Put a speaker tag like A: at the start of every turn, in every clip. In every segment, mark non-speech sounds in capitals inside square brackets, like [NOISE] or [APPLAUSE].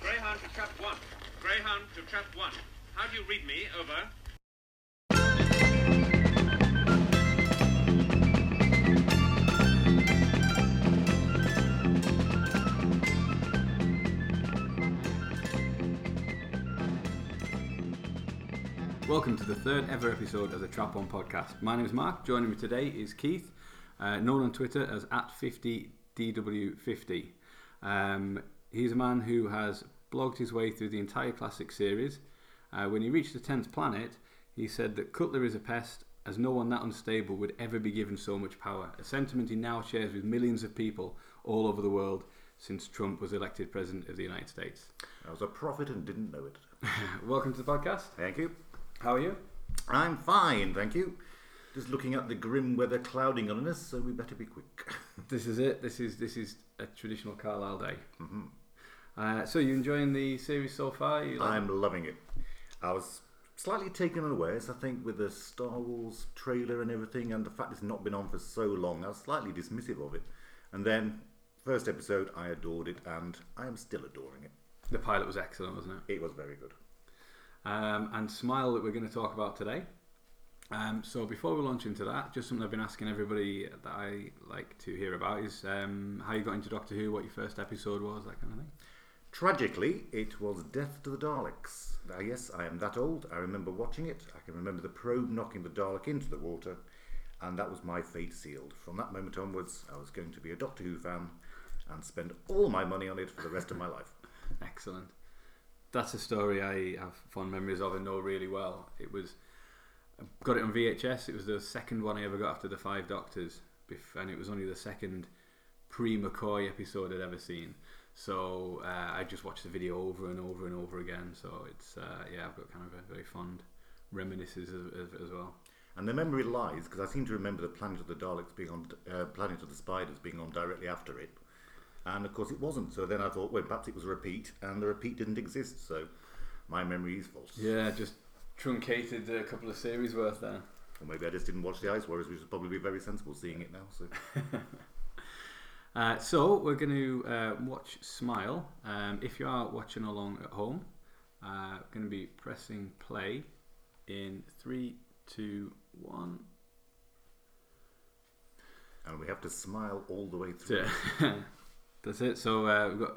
A: Greyhound to trap one. Greyhound to trap one. How do you read me? Over.
B: Welcome to the third ever episode of the Trap One podcast. My name is Mark. Joining me today is Keith, uh, known on Twitter as at 50DW50. Um, he's a man who has blogged his way through the entire classic series. Uh, when he reached the 10th planet, he said that Cutler is a pest, as no one that unstable would ever be given so much power, a sentiment he now shares with millions of people all over the world since Trump was elected President of the United States. Uh,
C: I was a prophet and didn't know it.
B: Welcome to the podcast.
C: Thank you.
B: How are you?
C: I'm fine, thank you. Just looking at the grim weather clouding on us, so we better be quick.
B: This is it. This is this is a traditional Carlisle day. Uh, so you enjoying the series so far? You like-
C: I'm loving it. I was slightly taken unawares, I think, with the Star Wars trailer and everything, and the fact it's not been on for so long. I was slightly dismissive of it. And then, first episode, I adored it, and I am still adoring it.
B: the pilot was excellent, wasn't it?
C: It was very good.
B: Um, and smile that we're going to talk about today. Um, so before we launch into that, just something I've been asking everybody that I like to hear about is um, how you got into Doctor Who, what your first episode was, that kind of thing.
C: Tragically, it was Death to the Daleks. Now, yes, I am that old. I remember watching it. I can remember the probe knocking the Dalek into the water, and that was my fate sealed. From that moment onwards, I was going to be a Doctor Who fan and spend all my money on it for the rest of my life.
B: Excellent. That's a story I have fond memories of and know really well. It was I got it on VHS. It was the second one I ever got after the Five Doctors, bef- and it was only the second pre McCoy episode I'd ever seen. So uh, I just watched the video over and over and over again. So it's uh, yeah, I've got kind of a very fond reminiscences of, of, as well.
C: And the memory lies because I seem to remember the Planet of the Daleks being on, uh, Planet of the Spiders being on directly after it, and of course it wasn't. So then I thought, well, perhaps it was a repeat, and the repeat didn't exist. So my memory is false.
B: Yeah, just truncated a couple of series worth there.
C: Or maybe I just didn't watch the Ice Warriors, which would probably be very sensible seeing it now. So.
B: Uh, so we're going to uh, watch Smile. Um, if you are watching along at home, uh, going to be pressing play in three, two, one. [LAUGHS]
C: and we have to smile all the way through.
B: Yeah. That's it. So uh, we've got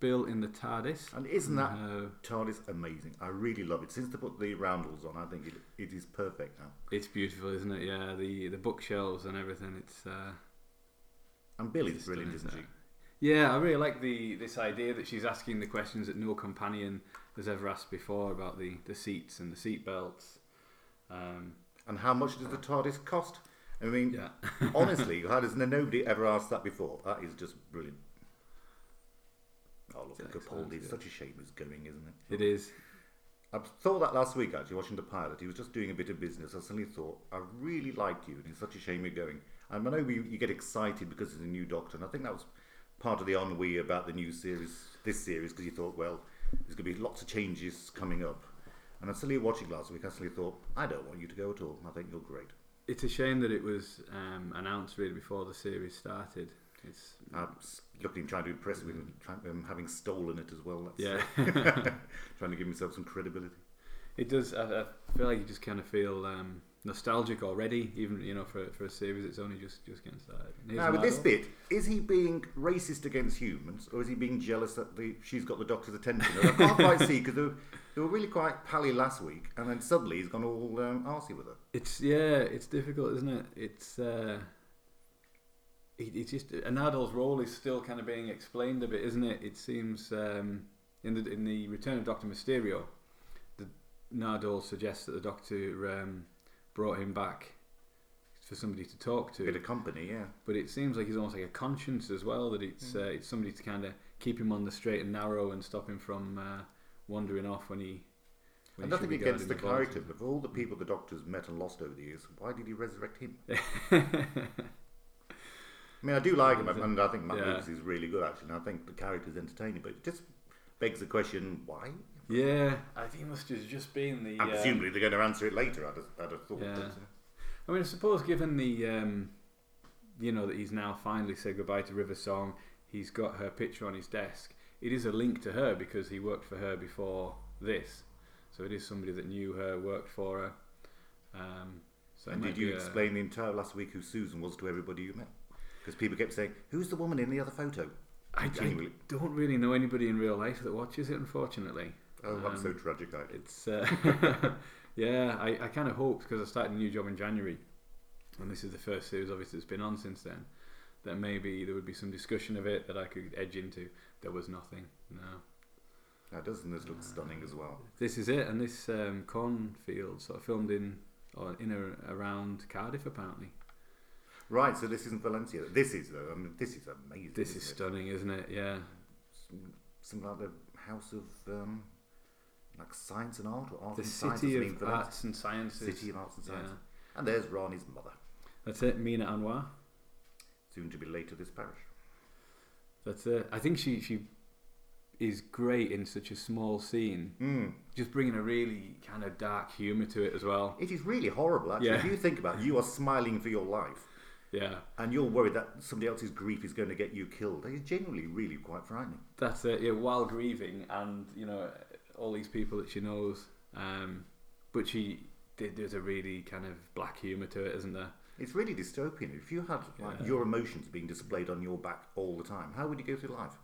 B: Bill in the TARDIS.
C: And isn't that
B: Uh,
C: TARDIS amazing? I really love it. Since they put the roundels on, I think it, it is perfect now.
B: it's beautiful, isn't it? Yeah, the the bookshelves and everything. It's uh,
C: And Billy's
B: It's
C: brilliant,
B: stunning,
C: isn't she?
B: isn't yeah. I really like the this idea that she's asking the questions that no companion has ever asked before about the the seats and the seat belts. Um,
C: And how much does the TARDIS cost? I mean,
B: Yeah. [LAUGHS]
C: honestly, how does nobody ever asked that before? That is just brilliant. Oh, look,
B: It's excellent,
C: Capaldi. It's
B: yeah.
C: such a shame he's going, isn't it?
B: it is
C: I saw that last week actually watching the pilot. He was just doing a bit of business. I suddenly thought, I really like you, and it's such a shame you're going. And I know you, you get excited because it's a new Doctor, and I think that was part of the ennui about the new series, this series, because you thought, well, there's going to be lots of changes coming up. And I suddenly watching last week, I suddenly thought, I don't want you to go at all. I think you're great.
B: It's a shame that it was um, announced really before the series started. It's
C: I'm s- looking trying to impress him, and trying, um, having stolen it as well. That's
B: yeah,
C: trying to give myself some credibility.
B: [LAUGHS] it does. I, I feel like you just kind of feel um, nostalgic already, even you know for, for a series that's only just just getting started. And here's
C: Now, with this
B: Margot.
C: bit, is he being racist against humans, or is he being jealous that the, she's got the doctor's attention? And I can't quite see because they, were- they were really quite pally last week, and then suddenly he's gone all um, arsey with her.
B: it's yeah, it's difficult, isn't it? It's uh, it, it's just an adult's role is still kind of being explained a bit, isn't it? It seems um, in the in the Return of Doctor Mysterio, the Nardole suggests that the Doctor um, brought him back for somebody to talk to.
C: Bit of company, yeah.
B: but it seems like he's almost like a conscience as well that it's uh, it's somebody to kind of keep him on the straight and narrow and stop him from uh, wandering off when he. When
C: And
B: he should
C: nothing
B: be
C: against the
B: guarding
C: character, but of all the people the doctor's met and lost over the years, why did he resurrect
B: [LAUGHS]
C: him? I
B: balls.
C: mean, I do like him, and I think Matt
B: Yeah.
C: Lucas is really good, actually, and I think the character's entertaining, but it just begs the question, why?
B: yeah, I think it must have just been the.
C: And
B: uh,
C: presumably they're going to answer it later, I'd have, I'd have thought.
B: Yeah.
C: but, uh,
B: um, I mean, I suppose given the, um, you know, that he's now finally said goodbye to River Song, he's got her picture on his desk. it is a link to her because he worked for her before this, so it is somebody that knew her, worked for her. Um, so it
C: And
B: might
C: did you
B: be a-
C: explain the entire last week who Susan was to everybody you met? Because people kept saying, "Who's the woman in the other photo?"
B: I, I
C: Genuinely.
B: don't really know anybody in real life that watches it, unfortunately.
C: Oh,
B: Um,
C: I'm so tragic. I
B: It's uh, [LAUGHS] yeah, I, I kind of hoped because I started a new job in January, and this is the first series obviously that's been on since then. That maybe there would be some discussion of it that I could edge into. There was nothing. No,
C: That does, and this looks stunning as well.
B: this is it, and this um, cornfield sort of filmed in or in or around Cardiff apparently.
C: Right, so this isn't Valencia. This is though. I mean, this is amazing.
B: This is
C: isn't it?
B: stunning, isn't it? Yeah,
C: Some- something like the house of um, like science and art, or art
B: the
C: and science.
B: city
C: I mean,
B: of
C: Valencia.
B: arts and sciences.
C: City of arts and science.
B: Yeah.
C: And there's Rani's mother,
B: That's it, Mina Anwar.
C: soon to be late to this parish.
B: That's it. I think she she is great in such a small scene. Mm. Just bringing a really kind of dark humour to it as well.
C: It is really horrible, actually.
B: Yeah.
C: If you think about it, you are smiling for your life,
B: Yeah,
C: and you're worried that somebody else's grief is going to get you killed. That is generally really quite frightening.
B: that's it. Yeah, while grieving and you know all these people that she knows, um, but she there- there's a really kind of black humour to it, isn't there?
C: It's really dystopian. If you had like,
B: Yeah.
C: your emotions being displayed on your back all the time, how would you go through life?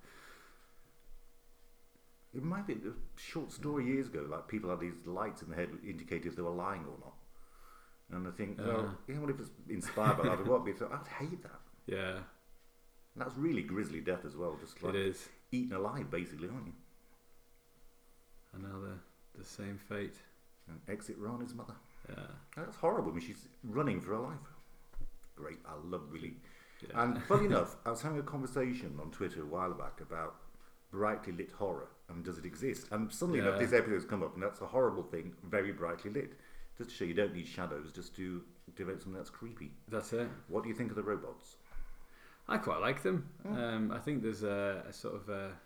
C: It might be a short story years ago, like people had these lights in their head that indicated if they were lying or not. And I think,
B: Uh-huh.
C: well, yeah, well, if it's inspired by that, it would be. So I'd hate that.
B: Yeah,
C: And that's really grisly death as well, just like
B: it is.
C: eaten alive, basically, aren't you?
B: And now they're the same fate.
C: And exit Rana's mother.
B: Yeah,
C: That's horrible. I mean, she's running for her life. Great. I love really.
B: Yeah. [LAUGHS]
C: And funny enough, I was having a conversation on Twitter a while back about brightly lit horror and does it exist? And suddenly enough,
B: Yeah.
C: this episode's come up, and that's a horrible thing, very brightly lit. Just to show you don't need shadows just to develop something that's creepy.
B: that's it.
C: What do you think of the robots?
B: I quite like them.
C: Mm.
B: Um, I think there's a, a sort of a,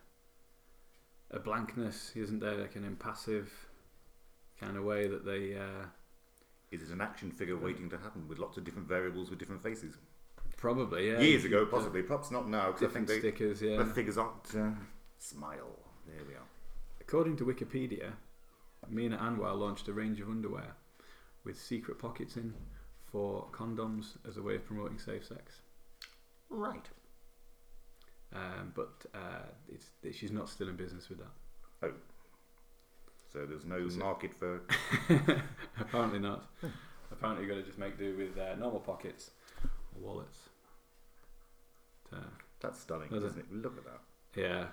B: a blankness, isn't there? Like an impassive kind of way that they. Uh,
C: Is it an action figure waiting to happen with lots of different variables with different faces?
B: probably, yeah.
C: Years ago, possibly. Perhaps not now, because I think
B: Different
C: they,
B: stickers, yeah.
C: the figures aren't. Uh, smile. There we are.
B: According to Wikipedia, Mina Anwar launched a range of underwear with secret pockets in for condoms as a way of promoting safe sex.
C: Right.
B: Um, but uh, it's, she's not still in business with that.
C: Oh. So there's no market for.
B: [LAUGHS] Apparently not. Apparently, you've got to just make do with uh, normal pockets or wallets. But, uh,
C: That's stunning,
B: Does it?
C: isn't it? Look at that.
B: Yeah.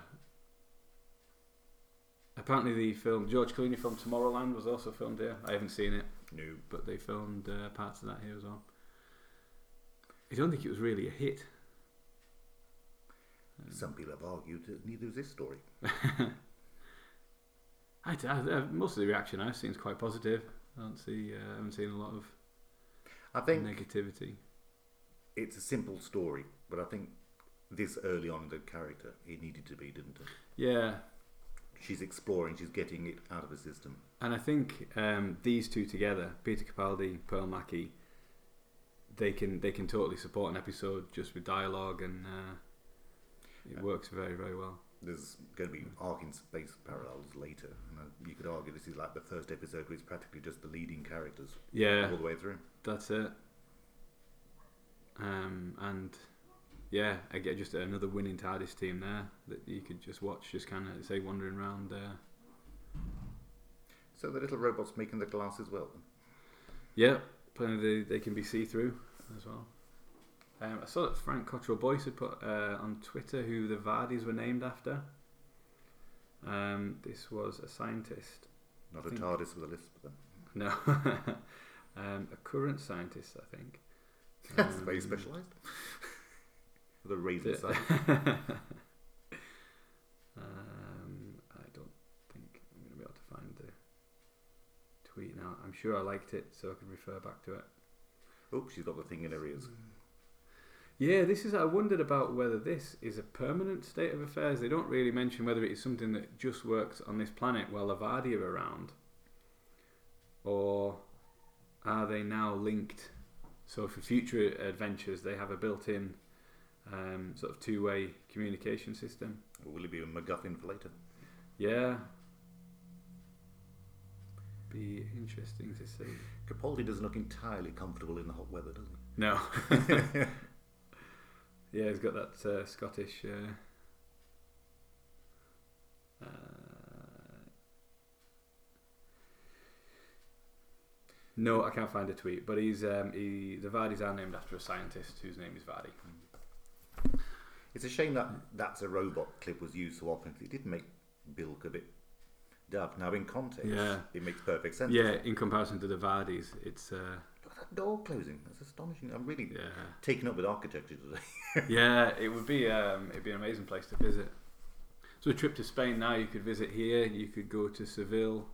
B: Apparently, the film George Clooney film Tomorrowland was also filmed here. I haven't seen it,
C: No.
B: but they filmed uh, parts of that here as well. I don't think it was really a hit.
C: Some people have argued that neither is this story.
B: I, d- I- I- most of the reaction I've seen is quite positive. I don't see, uh, I haven't seen a lot of
C: I think
B: negativity.
C: it's a simple story, but I think this early on in the character, it needed to be, didn't it?
B: Yeah,
C: She's exploring, she's getting it out of her system.
B: And I think um, these two together, Peter Capaldi, Pearl Mackie, they can they can totally support an episode just with dialogue, and uh, it works very very well.
C: There's going to be arc in space parallels later. And uh, you could argue this is like the first episode where it's practically just the leading characters
B: Yeah,
C: all the way through.
B: that's it. Um, and yeah, I get just another winning TARDIS team there that you could just watch, just kind of say wandering around. Uh,
C: So the little robot's making the glass as well.
B: yeah, plenty of the, they can be see through as well. Um, I saw that Frank Cottrell Boyce had put uh, on Twitter who the Vardis were named after. Um, this was a scientist.
C: Not
B: I
C: a
B: think-
C: TARDIS with a lisp,
B: [LAUGHS]
C: then.
B: No, um, a current scientist, I think. Um,
C: That's very specialised. [LAUGHS] the raisin
B: Yeah.
C: side.
B: [LAUGHS] Um, I don't think I'm going to be able to find the tweet now. I'm sure I liked it, so I can refer back to it.
C: Oh, she's got the thing in her ears.
B: Yeah, this is. I wondered about whether this is a permanent state of affairs. They don't really mention whether it is something that just works on this planet while Avadi are around, or are they now linked? So for future adventures, they have a built-in um, sort of two-way communication system.
C: Or will it be a MacGuffin for later?
B: Yeah. Be interesting to see.
C: Capaldi doesn't look entirely comfortable in the hot weather, does he?
B: [LAUGHS] No. yeah, he's got that uh, Scottish. Uh, uh, no, I can't find a tweet, but he's um, he the Vardis are named after a scientist whose name is Vardy.
C: It's a shame that that's a robot clip was used so often. It did make Bilk a bit daft. Now, in context,
B: Yeah.
C: it makes perfect sense.
B: Yeah, in comparison to the Vardis, it's uh,
C: Look at that door closing. That's astonishing. I'm really
B: Yeah.
C: taken up with architecture today. [LAUGHS]
B: yeah, it would be um, it'd be an amazing place to visit. So a trip to Spain now, you could visit here, you could go to Seville,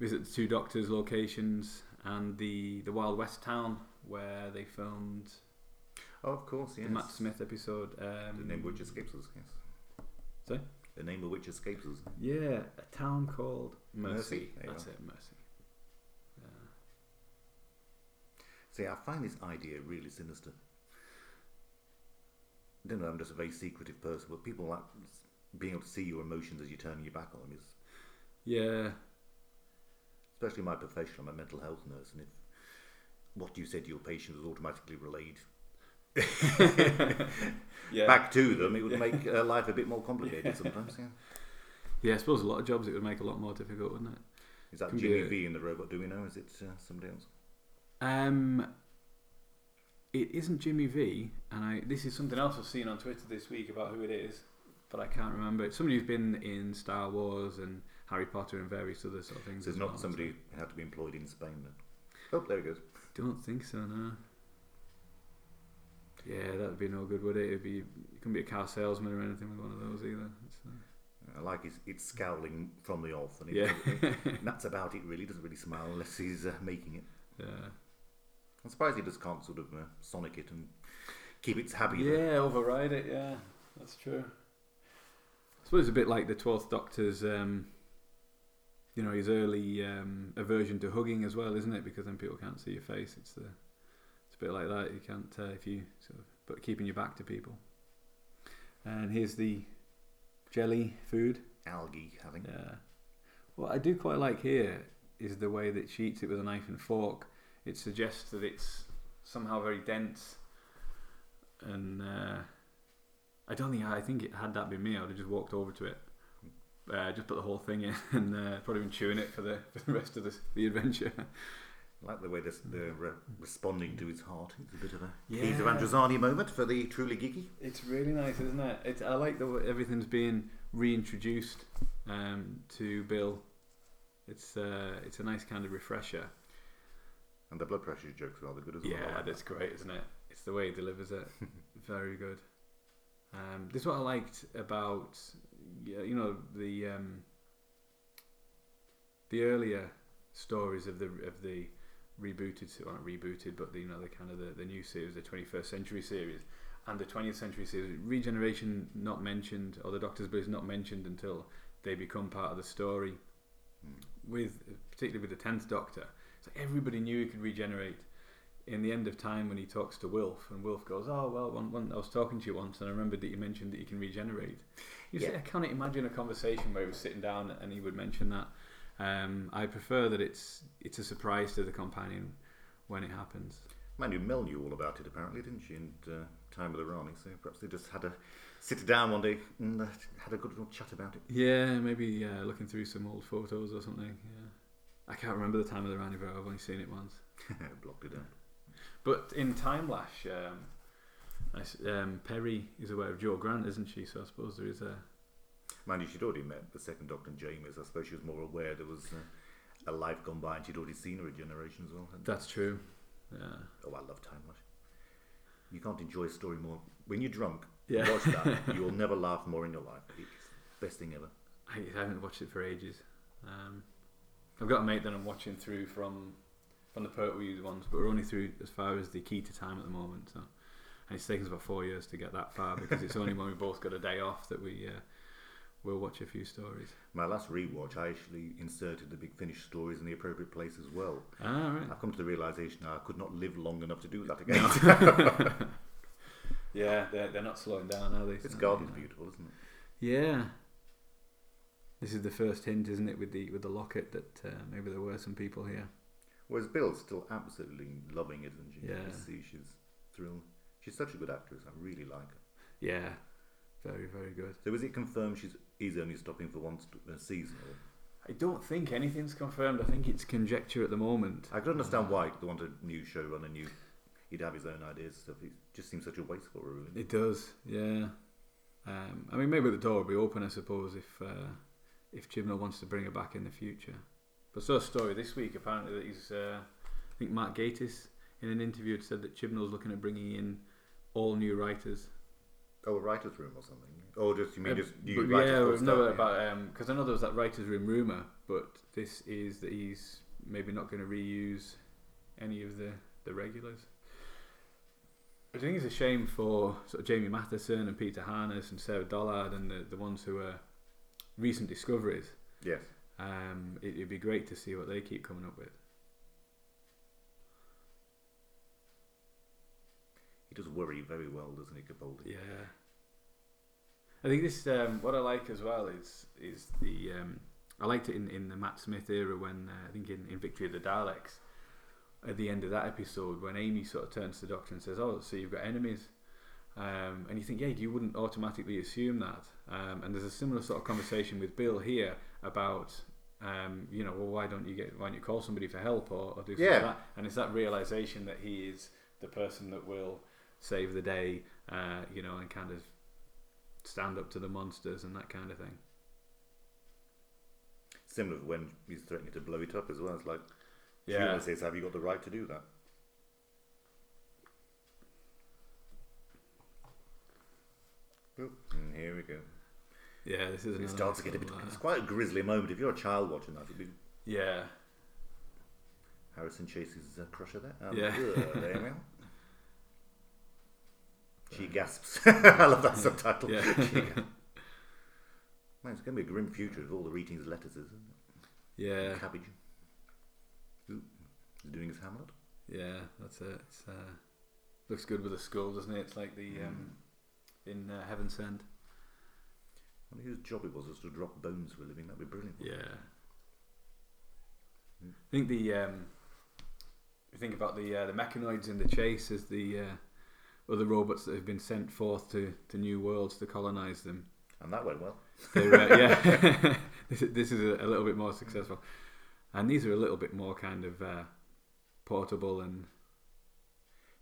B: visit the two doctors' locations and the the Wild West town where they filmed
C: oh, of course, yes.
B: the Matt Smith episode. Um,
C: The name of which escapes us, yes.
B: sorry?
C: The name of which escapes us.
B: Yeah, a town called Mercy.
C: Mercy, there you
B: That's
C: are.
B: it, Mercy.
C: See, I find this idea really sinister. I don't know, I'm just a very secretive person, but people like s- being able to see your emotions as you're turning your back on them is,
B: Yeah,
C: especially in my profession, I'm a mental health nurse, and if what you said to your patient was automatically relayed
B: yeah.
C: back to them, it would make uh, life a bit more complicated sometimes, yeah.
B: Yeah, I suppose a lot of jobs it would make a lot more difficult, wouldn't it?
C: Is that
B: Can be
C: Jimmy
B: a-
C: V in the robot? Do we know? Is it uh, somebody else?
B: Um, it isn't Jimmy V, and I. This is something else I've seen on Twitter this week about who it is, but I can't remember. It's somebody who's been in Star Wars and Harry Potter and various other sort of things.
C: So
B: as
C: it's not
B: well,
C: somebody who had to be employed in Spain then. Oh, there it goes.
B: so- Don't think so, no. Yeah, that'd be no good, would it? It'd be you couldn't be a car salesman or anything with one of those either. It's, uh,
C: I like his, it's scowling from the off, and, it,
B: Yeah.
C: and that's about it. Really, doesn't really smile unless he's uh, making it.
B: yeah. [LAUGHS]
C: I'm surprised he just can't sort of uh, sonic it and keep it happy. there.
B: Yeah, override it. Yeah, that's true. I suppose it's a bit like the Twelfth Doctor's, um, you know, his early um, aversion to hugging as well, isn't it? Because then people can't see your face. It's the, it's a bit like that. You can't uh, if you sort of, but keeping your back to people. And here's the jelly food.
C: algae. I think
B: Yeah. What I do quite like here is the way that she eats it with a knife and fork. It suggests that it's somehow very dense. And uh, I don't think I think it had that been me, I would have just walked over to it, uh, just put the whole thing in, [LAUGHS] and uh, probably been chewing it for the [LAUGHS] for the rest of the, the adventure. [LAUGHS]
C: I like the way this, they're re- responding to his heart. It's a bit of a
B: Yeah.
C: Keys of Androzani moment for the truly geeky.
B: It's really nice, isn't it? It's, I like the way everything's being reintroduced um, to Bill. It's uh, it's a nice kind of refresher.
C: And the blood pressure joke's rather good as well. I
B: Yeah,
C: like
B: that's great, isn't it? It's the way he delivers
C: [LAUGHS]
B: it. Very good. Um, this is what I liked about y- you know the um, the earlier stories of the of the rebooted well not rebooted but the, you know the kind of the, the new series the 21st century series and the 20th century series regeneration not mentioned or the doctor's blues not mentioned until they become part of the story
C: Hmm.
B: with particularly with the 10th doctor so everybody knew he could regenerate in the end of time when he talks to Wilf, and Wilf goes, "Oh well, one, one, I was talking to you once, and I remembered that you mentioned that you can regenerate." You say,
C: Yeah.
B: "I can't imagine a conversation where he was sitting down and he would mention that." Um, I prefer that it's it's a surprise to the companion when it happens.
C: Mind you, Mel knew all about it apparently, didn't she? In uh, time of the Rani, so perhaps they just had a sit down one day and uh, had a good little chat about it. [LAUGHS]
B: Yeah, maybe uh, looking through some old photos or something. Yeah, I can't remember the time of the Randy I've only seen it once.
C: Blocked it out.
B: But in Time Lash, um, I s um, Perry is aware of Joe Grant, isn't she? So I suppose there is a
C: Mind you, she'd already met the second Doctor and James. I suppose she was more aware there was uh, a life gone by, and she'd already seen her regeneration as well. hadn't
B: that's true. Yeah.
C: she? oh, I love Time Rush. You can't enjoy a story more when you're drunk.
B: Yeah. [LAUGHS]
C: Watch that. you will never laugh more in your life. It's the best thing ever.
B: I I haven't watched it for ages. Um, I've got a mate that I'm watching through from from the Pertwees ones, but we're only through as far as the key to time at the moment. So, and it's taken us about four years to get that far because it's only when we both got a day off that we uh, will watch a few stories.
C: My last rewatch, I actually inserted the big Finnish stories in the appropriate place as well.
B: Ah, right.
C: I've come to the realization now I could not live long enough to do that again.
B: Yeah, they're, they're not slowing down, are they?
C: [LAUGHS] This
B: So,
C: garden's
B: yeah.
C: beautiful, isn't it?
B: Yeah. This is the first hint, isn't it, with the with the locket that uh, maybe there were some people here.
C: Whereas Bill's still absolutely loving it, isn't she? You
B: Yeah.
C: can see she's thrilled. She's such a good actress. I really like her.
B: Yeah. Very very good.
C: So is it confirmed she's is only stopping for one st- uh, season? Or?
B: I don't think anything's confirmed. I think it's conjecture at the moment.
C: I could understand why they want a new showrunner, new. He'd have his own ideas and stuff. It just seems such a waste for her. Really.
B: It does, yeah. Um, I mean, maybe the door will be open, I suppose, if uh, if Chibnall wants to bring her back in the future. But so a story this week apparently that he's, uh, I think Matt Gatiss in an interview had said that Chibnall's looking at bringing in all new writers.
C: Oh, a writer's room or something. Oh, just you mean
B: Uh,
C: just new
B: but
C: writers?
B: yeah,
C: for
B: we've
C: stuff,
B: never
C: yeah.
B: about because I know there was that writers' room rumor, but this is that he's maybe not going to reuse any of the the regulars. Which I think is a shame for sort of Jamie Matheson and Peter Harness and Sarah Dollard and the, the ones who are recent discoveries.
C: Yes.
B: Um, it, it'd be great to see what they keep coming up with.
C: He does worry very well, doesn't he, Capaldi?
B: Yeah. I think this um, what I like as well is is the um, I liked it in, in the Matt Smith era when uh, I think in, in Victory of the Daleks at the end of that episode when Amy sort of turns to the Doctor and says, "Oh, so you've got enemies." Um, and you think, yeah, you wouldn't automatically assume that. Um, and there's a similar sort of conversation with Bill here about, um, you know, well, why don't you get, why don't you call somebody for help or, or do something
C: Yeah.
B: like that? And it's that realization that he is the person that will save the day, uh, you know, and kind of stand up to the monsters and that kind of thing.
C: Similar to when he's threatening to blow it up as well. It's like, she
B: Yeah.
C: always says, have you got the right to do that? Oh, and here we go.
B: Yeah, this is
C: It
B: another
C: starts to get a bit.
B: little, uh,
C: It's quite a grisly moment. If you're a child watching that, it'd be
B: yeah,
C: Harrison chases uh, Crusher there. And
B: Yeah.
C: uh, there we are.
B: [LAUGHS]
C: She gasps. [LAUGHS] I love that subtitle.
B: Yeah. [LAUGHS]
C: She gasps. Man, it's going to be a grim future with all the readings of letters, isn't it?
B: yeah,
C: Cabbage. Ooh, he's doing his Hamlet.
B: yeah. That's it. It's, uh, looks good with a skull, doesn't it? It's like the um, in uh, Heaven Send.
C: I wonder whose job it was just to drop bones for a living. That'd be brilliant.
B: Yeah. I think the um, you think about the uh, the mechanoids in the chase as the uh, other robots that have been sent forth to, to new worlds to colonize them.
C: And that went well.
B: They're, uh, yeah, [LAUGHS] this, is- this is a, a little bit more successful, and these are a little bit more kind of uh, portable and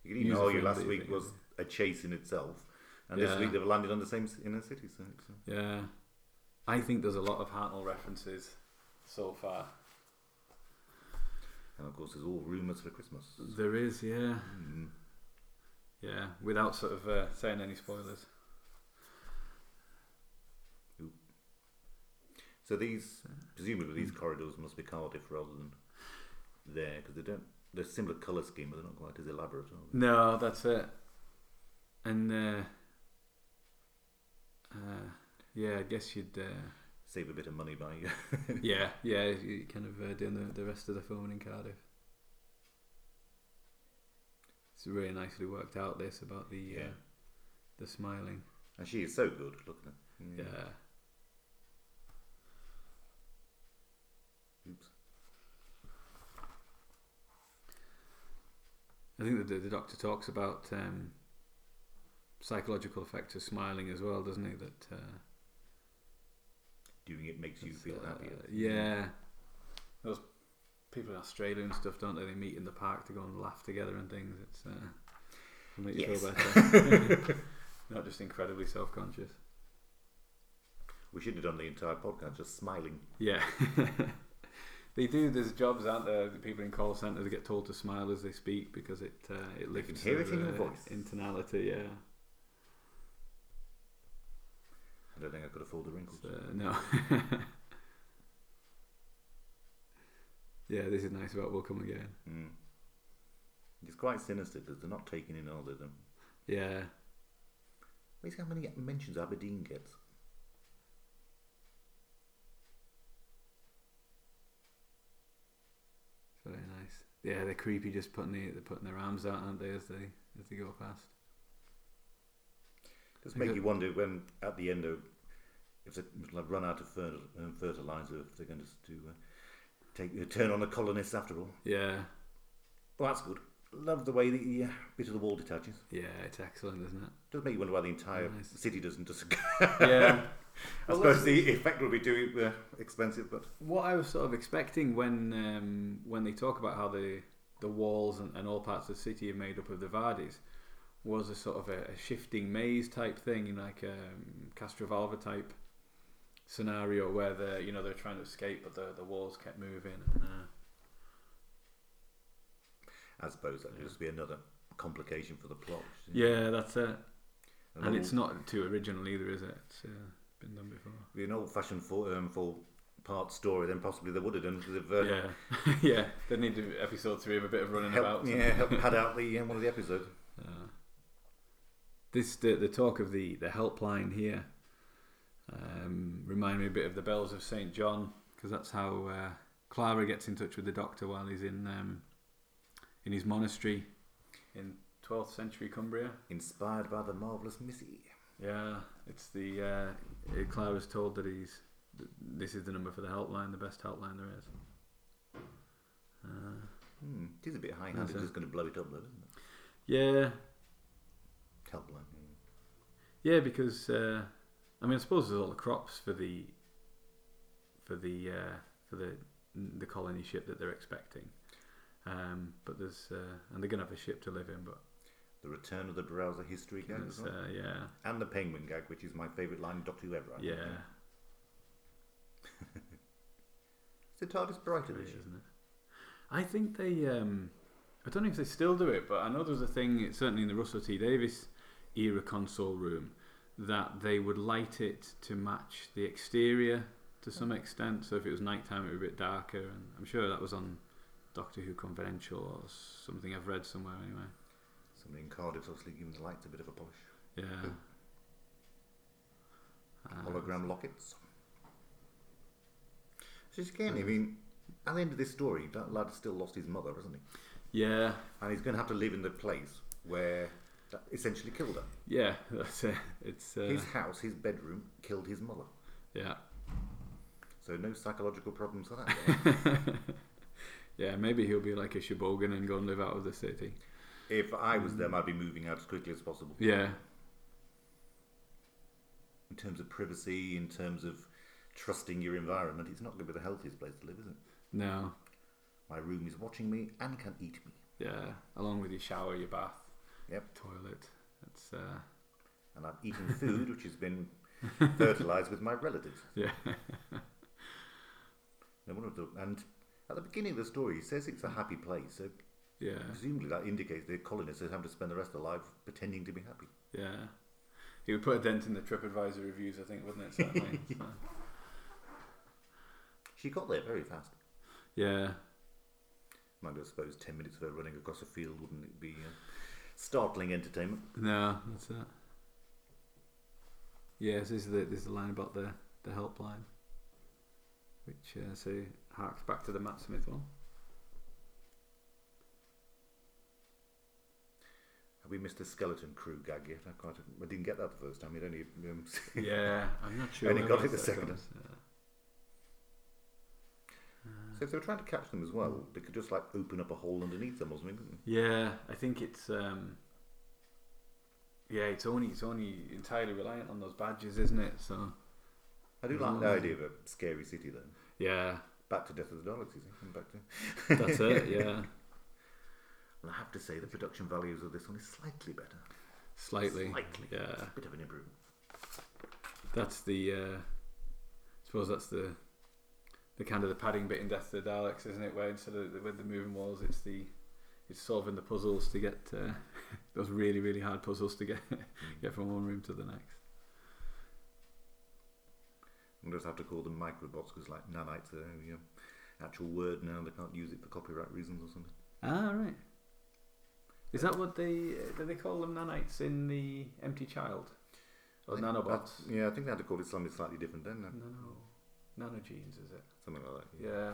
C: You could even
B: User
C: argue last
B: friendly,
C: week
B: isn't it?
C: was a chase in itself. And
B: Yeah.
C: this week they've landed on the same s- inner city. So it's, uh,
B: yeah. I think there's a lot of Hartnell references so far.
C: and of course, there's all rumours for Christmas.
B: There is, yeah,
C: Mm.
B: yeah. Without sort of uh, saying any spoilers.
C: So these, presumably,
B: Hmm.
C: these corridors must be Cardiff rather than there because they don't. They're similar colour scheme, but they're not quite as elaborate. Are
B: No, that's it. And uh, uh, yeah, I guess you'd [LAUGHS] uh,
C: they? Save a bit of money by [LAUGHS]
B: yeah yeah you kind of uh, doing the, the rest of the filming in Cardiff. It's really nicely worked out. This about the uh,
C: Yeah.
B: the smiling.
C: and she is so good. Look at her.
B: Yeah.
C: Oops.
B: I think that the, the doctor talks about um, psychological effects of smiling as well, doesn't he? That uh,
C: Doing it makes you
B: It's,
C: feel
B: uh,
C: happier.
B: Yeah. Those people in Australia and stuff, don't they? They meet in the park to go and laugh together and things. It's uh, it'll make you feel better.
C: [LAUGHS]
B: Not just incredibly self-conscious.
C: We should have done the entire podcast just smiling.
B: Yeah. [LAUGHS] they do. There's jobs, aren't there? The people in call centres get told to smile as they speak because it uh, it lifts
C: can hear it
B: their,
C: in your
B: uh,
C: voice.
B: Internality, yeah.
C: I don't think I could afford the wrinkles.
B: So, no. [LAUGHS] yeah, this is nice about We'll Come Again.
C: Mm. It's quite sinister because they're not taking in all of them.
B: Yeah.
C: Wait, how many mentions Aberdeen gets?
B: Very nice. Yeah, they're creepy. Just putting the, they're putting their arms out, aren't they, as they as they go past?
C: Does
B: I
C: make
B: got-
C: you wonder when at the end of if they run out of fer- um, fertilizer, if they're going to, to uh, take uh, turn on the colonists after all.
B: Yeah,
C: Well, that's good. Love the way the uh, bit of the wall detaches.
B: yeah, it's excellent, isn't it?
C: Does make you wonder why the entire
B: Nice.
C: city doesn't just. [LAUGHS]
B: [LAUGHS] Yeah.
C: I suppose the effect will be too uh, expensive, but
B: what I was sort of expecting when um, when they talk about how the the walls and, and all parts of the city are made up of the Vardis was a sort of a, a shifting maze type thing, you know, like a um, Castrovalva type scenario where they're you know they're trying to escape but the the walls kept moving. And, uh,
C: I suppose that'll just be another complication for the plot.
B: yeah, that's it.
C: An
B: And
C: old-
B: it's not too original either, is it? It's uh, been done before.
C: be an old-fashioned four, um, four-part story. Then possibly they would have done because they've uh,
B: Yeah, [LAUGHS] yeah. They need to- episode three of a bit of running
C: helped,
B: about.
C: yeah, helped pad out the um, one of the episodes.
B: this the, the talk of the the helpline here um, remind me a bit of the bells of Saint John because that's how uh, Clara gets in touch with the doctor while he's in um, in his monastery in 12th century Cumbria.
C: Inspired by the marvelous Missy.
B: Yeah, it's the uh, Clara's told that he's that this is the number for the helpline, the best helpline there is.
C: Hmm, it is a bit
B: That's
C: high-handed.
B: it.
C: It's going to blow it up, though, isn't it?
B: Yeah,
C: Helpline. yeah.
B: Yeah, because uh, I mean, I suppose there's all the crops for the for the uh, for the the colony ship that they're expecting. Um, but there's uh, and they're gonna have a ship to live in, but
C: The return of the browser history gag
B: it's,
C: as well.
B: uh, yeah,
C: and the penguin gag, which is my favourite line in Doctor Who ever. I think.
B: yeah,
C: Is the TARDIS brighter
B: it
C: this
B: is,
C: year?
B: isn't it? I think they. Um, I don't know if they still do it, but I know there was a thing certainly in the Russell T Davis era console room that they would light it to match the exterior to some extent. So if it was nighttime, it would be a bit darker, and I'm sure that was on Doctor Who Confidential or something I've read somewhere anyway.
C: Somebody in Cardiff's obviously giving the lights a bit of a polish.
B: Yeah. Ah, Uh,
C: Hologram lockets. It's just again, I mean, at the end of this story, that lad still lost his mother, hasn't he?
B: Yeah.
C: And he's going to have to live in the place where that essentially killed her.
B: Yeah. [LAUGHS] That's it. It's uh,
C: His house, his bedroom, killed his mother.
B: yeah.
C: So no psychological problems for that.
B: [LAUGHS]
C: guy.
B: Yeah, maybe he'll be like a Shibogan and go and live out of the city.
C: if I was
B: Mm.
C: them, I'd be moving out as quickly as possible.
B: Yeah,
C: In terms of privacy, in terms of trusting your environment, it's not going to be the healthiest place to live, is it?
B: no,
C: My room is watching me and can eat me.
B: yeah. Along with your shower, your bath,
C: Yep.
B: toilet. It's uh, [LAUGHS]
C: And I've eaten food which has been fertilized with my relatives.
B: yeah,
C: And, one of the, and at the beginning of the story, he says it's a happy place. So
B: yeah,
C: presumably that indicates the colonists are having to spend the rest of their life pretending to be happy.
B: yeah. He would put a dent in the TripAdvisor reviews, I think, wouldn't it? Certainly. [LAUGHS] So,
C: She got there very fast.
B: yeah,
C: Mind you, I suppose 10 minutes of her running across a field wouldn't it be uh, startling entertainment?
B: no, that's it. Yes, this is the this is the line about the the helpline, which uh, so harks back to the Matt Smith one.
C: Have we missed a skeleton crew gag yet? I, quite, I didn't get that the first time. It only um,
B: Yeah, I'm not sure.
C: Only
B: where
C: got
B: else
C: it the
B: that
C: second.
B: comes, uh,
C: So if they were trying to catch them as well, they could just like open up a hole underneath them or something. couldn't they?
B: Yeah, I think it's um, yeah, it's only it's only entirely reliant on those badges, isn't it? So
C: I do like the
B: Mm.
C: idea of a scary city though.
B: yeah,
C: Back to Death of the Daleks, you see. and back to.
B: that's it. Yeah,
C: And I have to say, the production values of this one is slightly better.
B: slightly.
C: Slightly.
B: Yeah,
C: Bit of an improvement.
B: that's the. Uh, I suppose that's the the kind of the padding bit in Death of the Daleks, isn't it? Where instead of the, with the moving walls, it's the it's solving the puzzles to get uh, [LAUGHS] those really really hard puzzles to get [LAUGHS] get from one room to the next.
C: I'm just have to call them microbots because like nanites are you know, actual word now. They can't use it for copyright reasons or something.
B: Ah, right. Is that what they do? They call them nanites in the Empty Child or
C: I think
B: Oh, nanobots?
C: that- yeah, I think they had to call it something slightly different then. uh,
B: Nano, nanogenes, is it?
C: Something like that.
B: Yeah.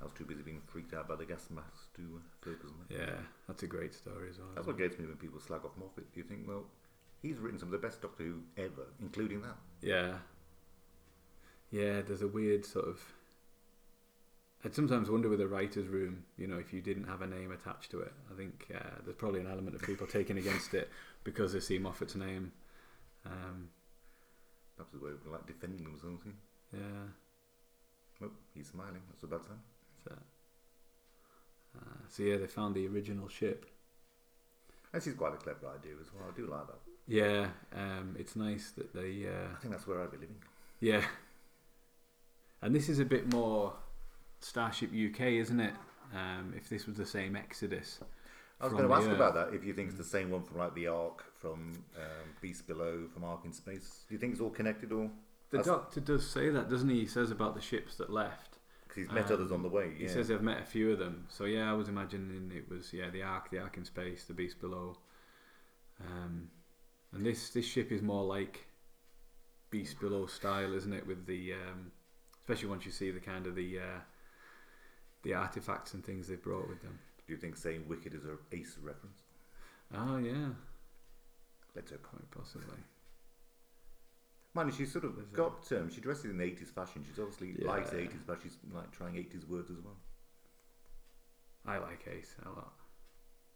C: I was too busy being freaked out by the gas masks to uh, focus on that.
B: Yeah, that's a great story as well.
C: That's what gets me when people slag off Moffat. You think, well, he's written some of the best Doctor Who ever, including that.
B: Yeah. Yeah, there's a weird sort of. I'd sometimes wonder with a writer's room, you know, if you didn't have a name attached to it. I think uh, there's probably an element of people taking against it because they see Moffat's name. Um,
C: Perhaps the way of like defending themselves. here.
B: yeah.
C: Oh, he's smiling. That's a bad sign.
B: So, uh, so, yeah, they found the original ship.
C: This is quite a clever idea as well. I do like that.
B: Yeah, um, it's nice that they. Uh,
C: I think that's where I'd be living.
B: Yeah. And this is a bit more Starship UK, isn't it? Um, if this was the same Exodus.
C: I was
B: from
C: going to
B: the
C: ask
B: Earth.
C: about that. If you think it's the same one from like the Ark, from um, Beast Below, from Ark in Space, do you think it's all connected or?
B: The
C: That's-
B: Doctor does say that, doesn't he? He says about the ships that left.
C: Because he's met others on the way.
B: Um, He
C: yeah.
B: says I've met a few of them. So yeah, I was imagining it was yeah the Ark, the Ark in space, the Beast below. Um, and this this ship is more like Beast below style, isn't it? With the um, especially once you see the kind of the uh, the artifacts and things they've brought with them.
C: Do you think saying wicked is a ace reference?
B: Oh yeah,
C: Let's hope.
B: quite possibly.
C: Mind you, she's sort of got. Um, she dresses in the eighties fashion. She's obviously
B: Yeah.
C: likes eighties, but she's like trying eighties words as well.
B: I like Ace a lot.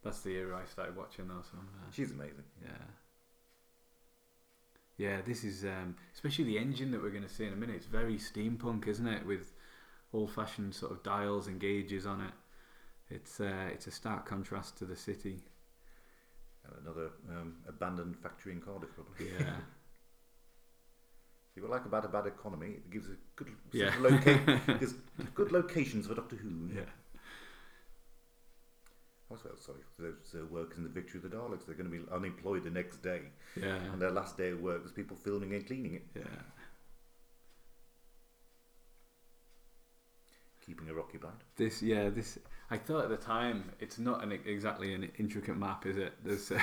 B: That's the era I started watching though. So uh,
C: She's amazing.
B: Yeah. Yeah, this is um, especially the engine that we're going to see in a minute. It's very steampunk, isn't it? With old-fashioned sort of dials and gauges on it. It's uh, it's a stark contrast to the city.
C: And another um, abandoned factory in Cardiff, probably.
B: [LAUGHS] Yeah.
C: See, what I like about a bad economy, it gives a good sort
B: Yeah.
C: of
B: [LAUGHS]
C: loca- gives good locations for Doctor Who.
B: yeah.
C: I was well, sorry for those uh, workers in the Victory of the Daleks. They're going to be unemployed the next day,
B: Yeah.
C: and their last day of work is people filming and cleaning it,
B: Yeah.
C: keeping her occupied.
B: This yeah this I thought at the time it's not an exactly an intricate map, is it? There's [LAUGHS] uh,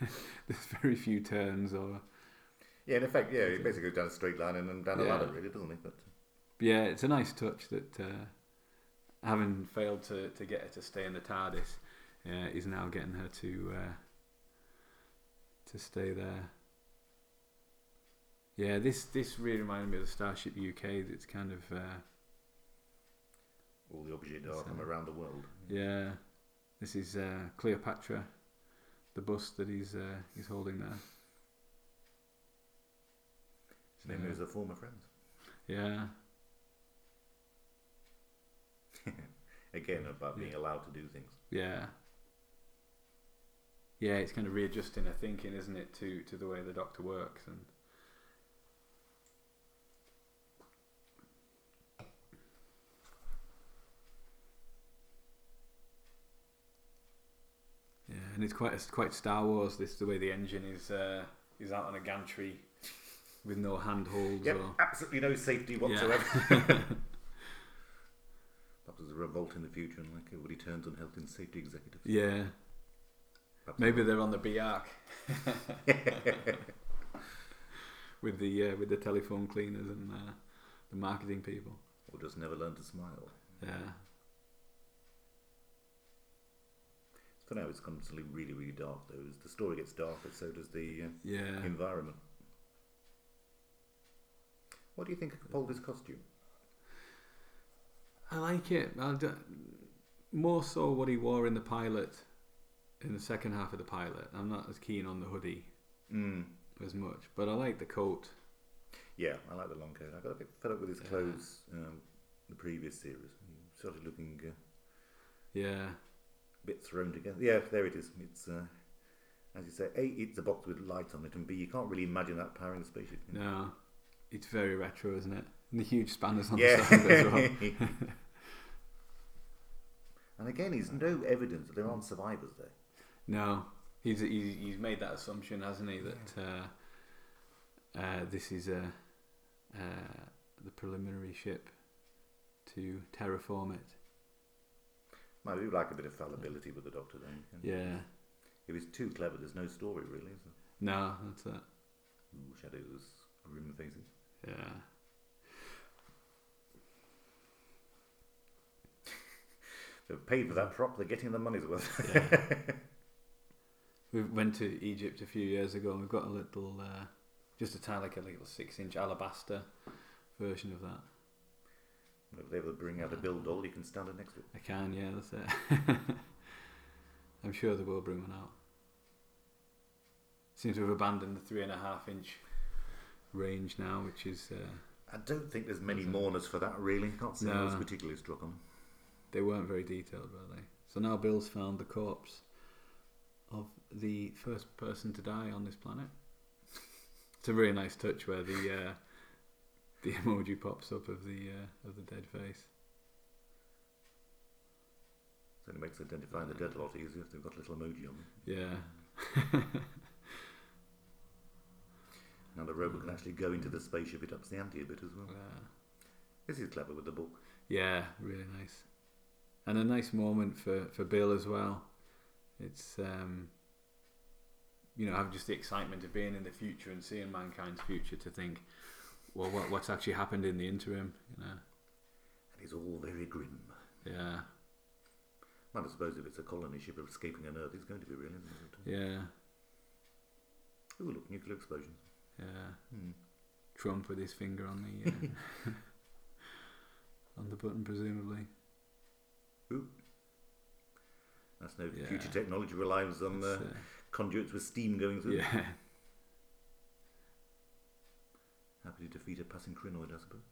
B: there's very few turns or
C: Yeah, in effect, yeah, it basically goes down a straight line and then down a
B: Yeah.
C: ladder, really, doesn't it? But
B: But yeah, it's a nice touch that uh, having failed to, to get her to stay in the TARDIS, uh, is now getting her to uh, to stay there. Yeah, this this really reminded me of the Starship UK. It's kind of uh,
C: all the objects are from
B: So-
C: around the world.
B: yeah. This is uh, Cleopatra, the bust that he's uh, he's holding there.
C: So maybe it was a former friend.
B: Yeah,
C: Again, about being
B: Yeah.
C: allowed to do things.
B: yeah, yeah. It's kind of readjusting her thinking, isn't it, to to the way the Doctor works and. Yeah, and it's quite it's quite Star Wars. This the way the engine is uh, is out on a gantry with no handholds.
C: Yep,
B: Or,
C: absolutely no safety
B: [LAUGHS]
C: whatsoever. Perhaps there's a revolt in the future, and like everybody turns on health and safety executives.
B: yeah,
C: Perhaps
B: maybe they're on the BARC with the uh, with the telephone cleaners and uh, the marketing people.
C: or just never learn to smile.
B: Yeah,
C: For now, it's constantly really, really dark. Though as the story gets dark, but so does the uh,
B: yeah.
C: environment. What do you think of Capaldi's costume?
B: I like it. I don't- more so what he wore in the pilot, in the second half of the pilot. I'm not as keen on the hoodie
C: Mm.
B: as much, but I like the coat.
C: Yeah, I like the long coat. I got a bit fed up with his clothes um, the previous series. He started looking uh, a
B: Yeah,
C: bit thrown together. Yeah, there it is. It's uh, as you say, a it's a box with lights on it, and b you can't really imagine that powering a spaceship. can you?
B: no, it's very retro, isn't it? And the huge spanners on [LAUGHS]
C: Yeah.
B: the side as
C: [LAUGHS]
B: well.
C: and again, there's no evidence that there aren't survivors there.
B: No, he's, he's he's made that assumption, hasn't he? That uh, uh, this is uh, uh, the preliminary ship to terraform it.
C: I do like a bit of fallibility with the Doctor, though. you know.
B: Yeah.
C: If he's too clever, there's no story, really, is there?
B: No, that's it.
C: Ooh, shadows, grim faces.
B: Yeah.
C: They've paid for that prop, they're getting the money's worth.
B: Yeah. We went to Egypt a few years ago, and we've got a little, uh, just a tiny, like a little six-inch alabaster version of that.
C: [LAUGHS] If they were bring out a build all, you can stand it next to it.
B: I can, yeah, that's it. [LAUGHS] I'm sure they will bring one out. Seems to have abandoned the three and a half inch range now, which is uh,
C: I don't think there's many mourners for that, really. Not saying I was
B: No.
C: particularly struck on.
B: they weren't very detailed, were they? So now Bill's found the corpse of the first person to die on this planet. It's a really nice touch where the uh, the [LAUGHS] emoji pops up of the uh, of the dead face.
C: So it makes identifying the dead a lot easier if they've got a little emoji on them.
B: Yeah,
C: Now the robot can actually go into the spaceship. It ups the ante a bit as well.
B: uh,
C: This is clever with the book.
B: yeah, really nice, and a nice moment for for Bill as well. It's um, you know, having just the excitement of being in the future and seeing mankind's future to think, well, what, what's actually happened in the interim? You know,
C: And it's all very grim.
B: yeah.
C: Well, I suppose if it's a colony ship escaping an Earth, it's going to be real, isn't it?
B: Yeah,
C: Ooh, look, nuclear explosions.
B: yeah.
C: Hmm.
B: Trump with his finger on the uh, [LAUGHS] on the button, presumably.
C: Ooh. That's no
B: Yeah.
C: future technology relies on
B: It's,
C: uh,
B: uh,
C: conduits with steam going through. them.
B: yeah,
C: Happy to defeat a passing crinoid, I suppose.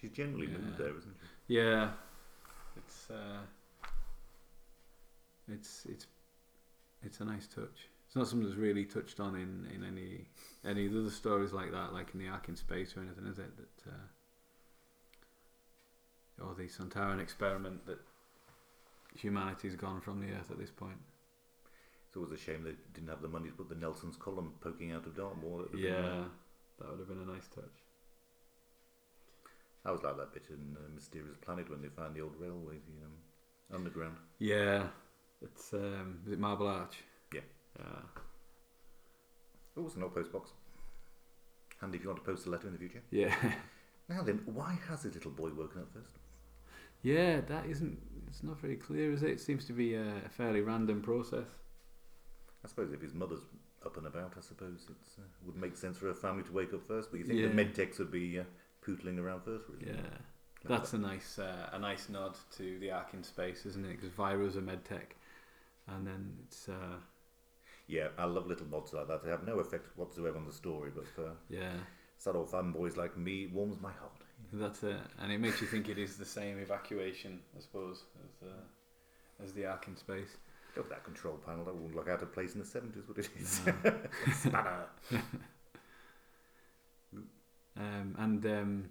C: She's generally
B: Yeah.
C: moved there, isn't she?
B: yeah. It's uh, it's it's it's a nice touch. It's not something that's really touched on in, in any any of the other stories like that, like in the Ark in Space or anything, is it? That uh, or the Santaran experiment that humanity's gone from the Earth at this point.
C: It's always a shame they didn't have the money to put the Nelson's column poking out of Dartmoor. That would've been
B: Yeah,
C: nice.
B: that would have been a nice touch.
C: I was like that bit in uh, Mysterious Planet when they found the old railway, the um, underground.
B: Yeah, it's um, is it Marble Arch?
C: Yeah.
B: Yeah,
C: Oh, it's an old post box. Handy if you want to post a letter in the future.
B: yeah, [LAUGHS]
C: Now then, why has the little boy woken up first?
B: yeah. That isn't. It's not very clear, is it? It seems to be a a fairly random process.
C: I suppose if his mother's up and about, I suppose it uh, would make sense for her family to wake up first. But you think
B: Yeah.
C: the medtechs would be uh, pootling around first, really?
B: Yeah, that's a nice uh, a nice nod to the Ark in Space, isn't it? Because Vira's a med tech, and then it's uh,
C: Yeah, I love little mods like that. They have no effect whatsoever on the story, but for
B: yeah,
C: sad old fanboys like me, it warms my heart.
B: that's it. And it makes you think it is the same evacuation, I suppose, as uh, as the Ark in Space.
C: Look at that control panel. That wouldn't look out of place in the 70s, would it? [LAUGHS] Spanner.
B: Um, and um,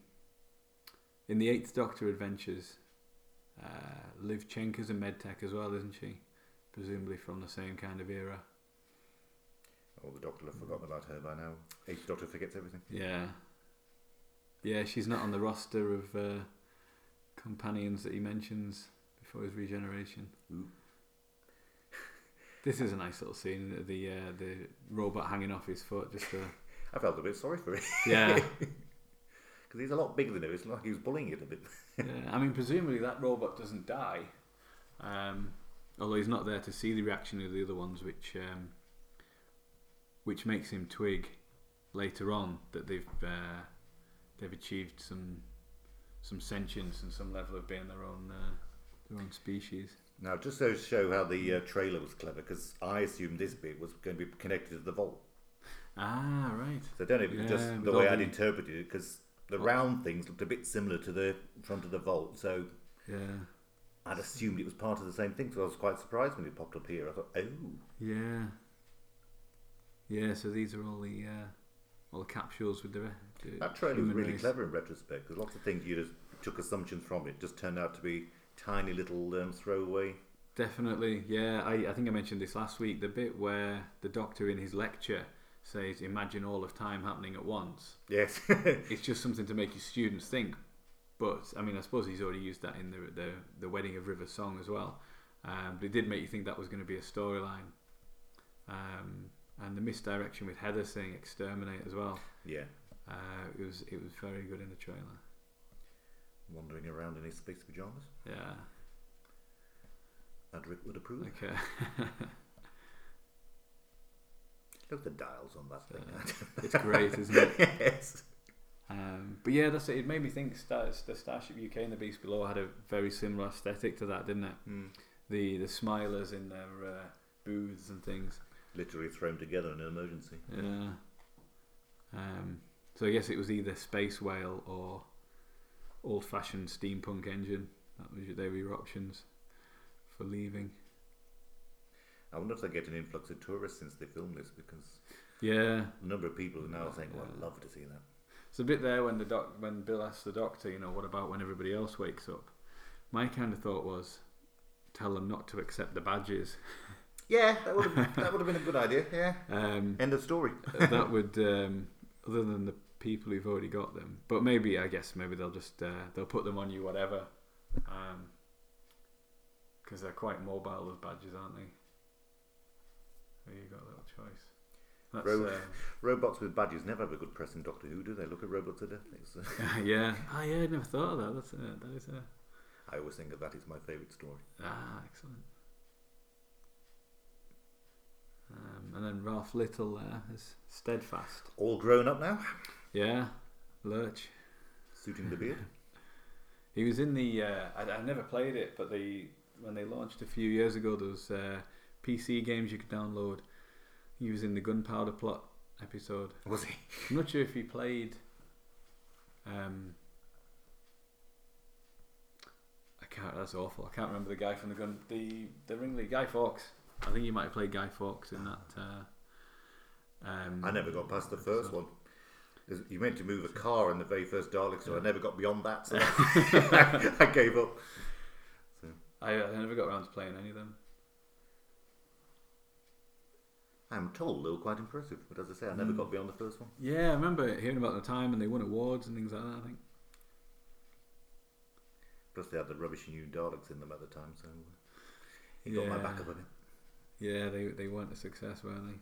B: in the Eighth Doctor Adventures, uh, Liv Chenka's a medtech as well, isn't she? Presumably from the same kind of era.
C: Oh, the doctor will have forgotten about her by now. Each doctor forgets everything.
B: Yeah. Yeah, she's not on the roster of uh, companions that he mentions before his regeneration.
C: Ooh.
B: This is a nice little scene. The uh, the robot hanging off his foot, just a
C: I felt a bit sorry for him [LAUGHS]
B: yeah.
C: because he's a lot bigger than her. It's like he was bullying it a bit.
B: yeah, I mean, presumably that robot doesn't die, um, although he's not there to see the reaction of the other ones, which um, which makes him twig later on that they've uh, they've achieved some some sentience and some level of being their own uh, their own species.
C: Now, just to show how the uh, trailer was clever, because I assumed this bit was going to be connected to the vault.
B: Ah, right.
C: So I don't know if it was
B: Yeah,
C: just the
B: with
C: way
B: all
C: I'd
B: the-
C: interpreted it, because the round things looked a bit similar to the front of the vault. So
B: Yeah,
C: I'd assumed it was part of the same thing. So I was quite surprised when it popped up here. I thought, oh,
B: yeah, yeah. So these are all the uh, all the capsules with the, re- the
C: That trailer was
B: human
C: really
B: race.
C: clever in retrospect because lots of things you just took assumptions from it just turned out to be tiny little um, throwaway.
B: Definitely, yeah. I, I think I mentioned this last week. The bit where the doctor in his lecture says, "Imagine all of time happening at once."
C: Yes, [LAUGHS]
B: It's just something to make your students think. But I mean, I suppose he's already used that in the the, the wedding of River Song as well. Um, but it did make you think that was going to be a storyline. Um, and the misdirection with Heather saying "exterminate" as well.
C: yeah,
B: Uh, it was it was very good in the trailer.
C: wandering around in his space pajamas.
B: Yeah.
C: Adric would approve.
B: Okay.
C: Look at the dials on that thing.
B: [LAUGHS] it's great, isn't it?
C: [LAUGHS] yes.
B: Um, but yeah, that's it. It made me think Star, the Starship UK and the Beast Below had a very similar aesthetic to that, didn't it?
C: Hmm.
B: Mm. The the smilers in their uh, booths and things.
C: Literally thrown together in an emergency.
B: Yeah. Um, so I guess it was either Space Whale or old fashioned steampunk engine. That was they were your options for leaving.
C: I wonder if they get an influx of tourists since they filmed this because
B: Yeah.
C: a number of people now think, well, I'd love to see that.
B: It's a bit there when the doc when Bill asked the doctor, you know, what about when everybody else wakes up? My kind of thought was tell them not to accept the badges.
C: Yeah, that would have that would have been a good idea. Yeah.
B: Um,
C: End of story.
B: that would um, other than the people who've already got them. But maybe I guess maybe they'll just uh, they'll put them on you whatever. Um because they're quite mobile those badges, aren't they? So you got a little choice. That's [LAUGHS]
C: Ro-
B: um,
C: robots with badges never have a good press in Doctor Who, do they? Look at robots to death. It's, uh,
B: yeah. Oh, yeah, I never thought of that. That's uh, that is a
C: [LAUGHS] I always think of that as my favourite story.
B: ah excellent. Um, and then Ralph Little there is steadfast.
C: All grown up now,
B: Yeah, Lurch.
C: suiting the beard.
B: He was in the. Uh, I, I never played it, but they when they launched a few years ago, those uh, PC games you could download. He was in the Gunpowder Plot episode.
C: [LAUGHS] Was he?
B: I'm not sure if he played. Um, I can't. That's awful. I can't remember the guy from the gun. The the ringleader, Guy Fawkes. I think you might have played Guy Fawkes in that. Uh, um,
C: I never got past the first one. There's- You meant to move a car in the very first Dalek, so I never got beyond that.
B: [LAUGHS]
C: So I [LAUGHS] gave up.
B: I, I never got around to playing any of them.
C: I'm told they were quite impressive, but as I say, I
B: Hmm.
C: never got beyond the first one.
B: Yeah, I remember hearing about the time and they won awards and things like that. I think.
C: Plus, they had the rubbish new Daleks in them at the time, so uh, he got my
B: Yeah.
C: back up a bit.
B: Yeah, they they weren't a success, were they?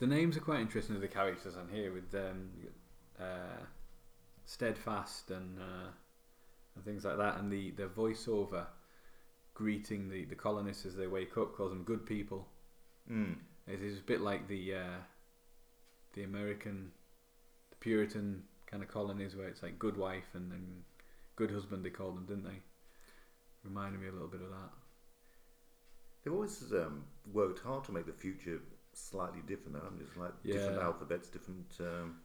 B: The names are quite interesting of the characters on here with um, uh, steadfast and uh, and things like that, and the the voiceover greeting the the colonists as they wake up calls them good people.
C: Mm.
B: It is a bit like the uh, the American, the Puritan kind of colonies where it's like good wife and, and good husband they called them, didn't they? Reminded me a little bit of that.
C: They've always um, worked hard to make the future slightly different, though, haven't they? It's like different
B: Yeah.
C: alphabets, different um,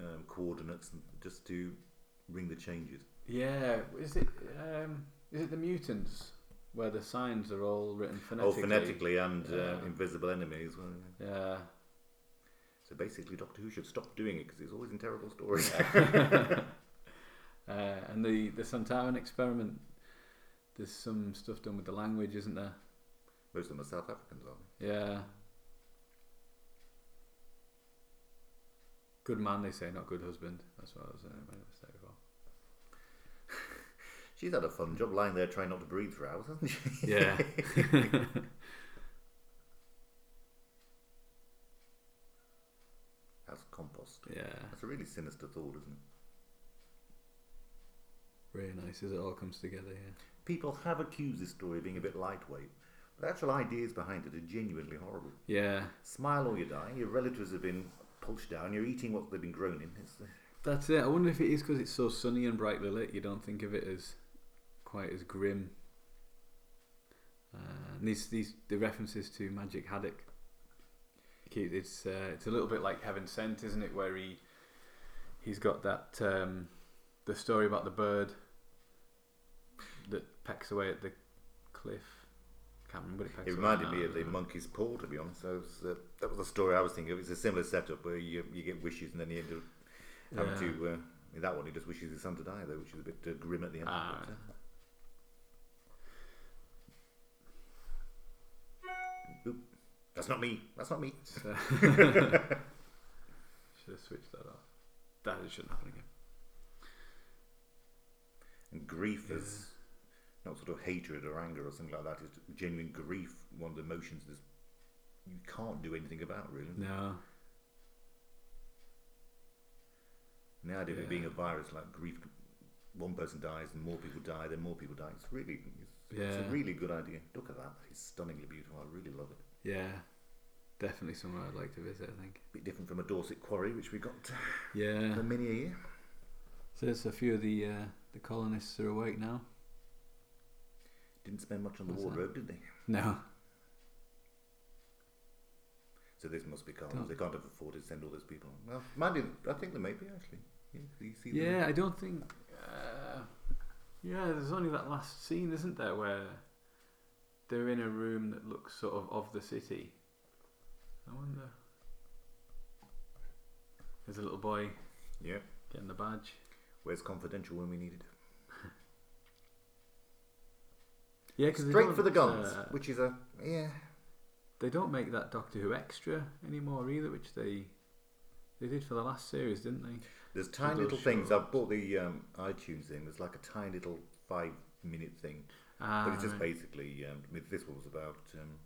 C: um, coordinates, and just to ring the changes.
B: Yeah, is it um, is it the mutants where the signs are all written
C: Oh,
B: phonetically?
C: phonetically and uh,
B: Yeah.
C: invisible enemies. Well, yeah.
B: Yeah,
C: So basically, Doctor Who should stop doing it because he's always in terrible stories.
B: uh, and the the Santaran experiment. There's some stuff done with the language, isn't there?
C: [LAUGHS] Most of them are South Africans, aren't
B: Yeah. Good man, they say, not good husband. That's what I was uh, made a mistake before.
C: they? She's had a fun job lying there trying not to breathe for hours, hasn't
B: [LAUGHS]
C: she? [LAUGHS]
B: Yeah.
C: As compost.
B: [LAUGHS] yeah.
C: That's a really sinister thought, isn't it?
B: Really nice as it all comes together. Yeah.
C: People have accused this story of being a bit lightweight, but the actual ideas behind it are genuinely horrible.
B: Yeah.
C: Smile or you die. Your relatives have been pulched down. You're eating what they've been grown in. It's, uh,
B: That's it. I wonder if it is because it's so sunny and brightly lit. You don't think of it as quite as grim. Uh, and these these the references to Magic Haddock. Keith, It's uh, it's a little bit like Heaven Sent, isn't it? Where he he's got that um, the story about the bird that pecks away at the cliff. Can't remember what it pecks.
C: it
B: away
C: reminded
B: at
C: me
B: now.
C: of the monkey's paw, to be honest. So it's, uh, that was the story I was thinking of. It's a similar setup where you, you get wishes and then you end up having
B: Yeah.
C: to. Uh, in that one, he just wishes his son to die, though, which is a bit uh, grim at the end.
B: Ah.
C: [LAUGHS] But, uh, oop. That's not me. That's not me.
B: So- [LAUGHS]
C: [LAUGHS]
B: Should have uh, switched that off. That shouldn't happen again.
C: And grief is not sort of hatred or anger or something like that. It's genuine grief, one of the emotions that you can't do anything about, really.
B: No.
C: And the idea of
B: Yeah.
C: it being a virus, like grief, one person dies and more people die, then more people die. It's really it's
B: Yeah.
C: It's a really good idea. Look at that. It's stunningly beautiful. I really love it.
B: Yeah. Definitely somewhere I'd like to visit, I think.
C: bit different from a Dorset quarry, which we got
B: Yeah.
C: for many a year.
B: So there's a few of the uh, the colonists are awake now.
C: Didn't spend much on the
B: What's that?
C: wardrobe, did they?
B: No.
C: So this must be Carl's.
B: Don't-
C: They can't have afforded to send all those people. on. Well, mind you, I think they may be actually. Yeah, you see them.
B: Yeah, I don't think. Uh, yeah, there's only that last scene, isn't there, where they're in a room that looks sort of of the city. I wonder. There's a little boy
C: Yeah.
B: getting the badge.
C: Where's confidential when we need it?
B: Yeah, because
C: Straight for the guns,
B: uh,
C: which is a yeah.
B: they don't make that Doctor Who extra anymore either, which they they did for the last series, didn't they?
C: There's tiny
B: those
C: little things.
B: shorts.
C: I've bought the um, iTunes thing. There's like a tiny little five minute thing,
B: Ah,
C: but it's just
B: right.
C: basically. Um, I mean, this one was about um,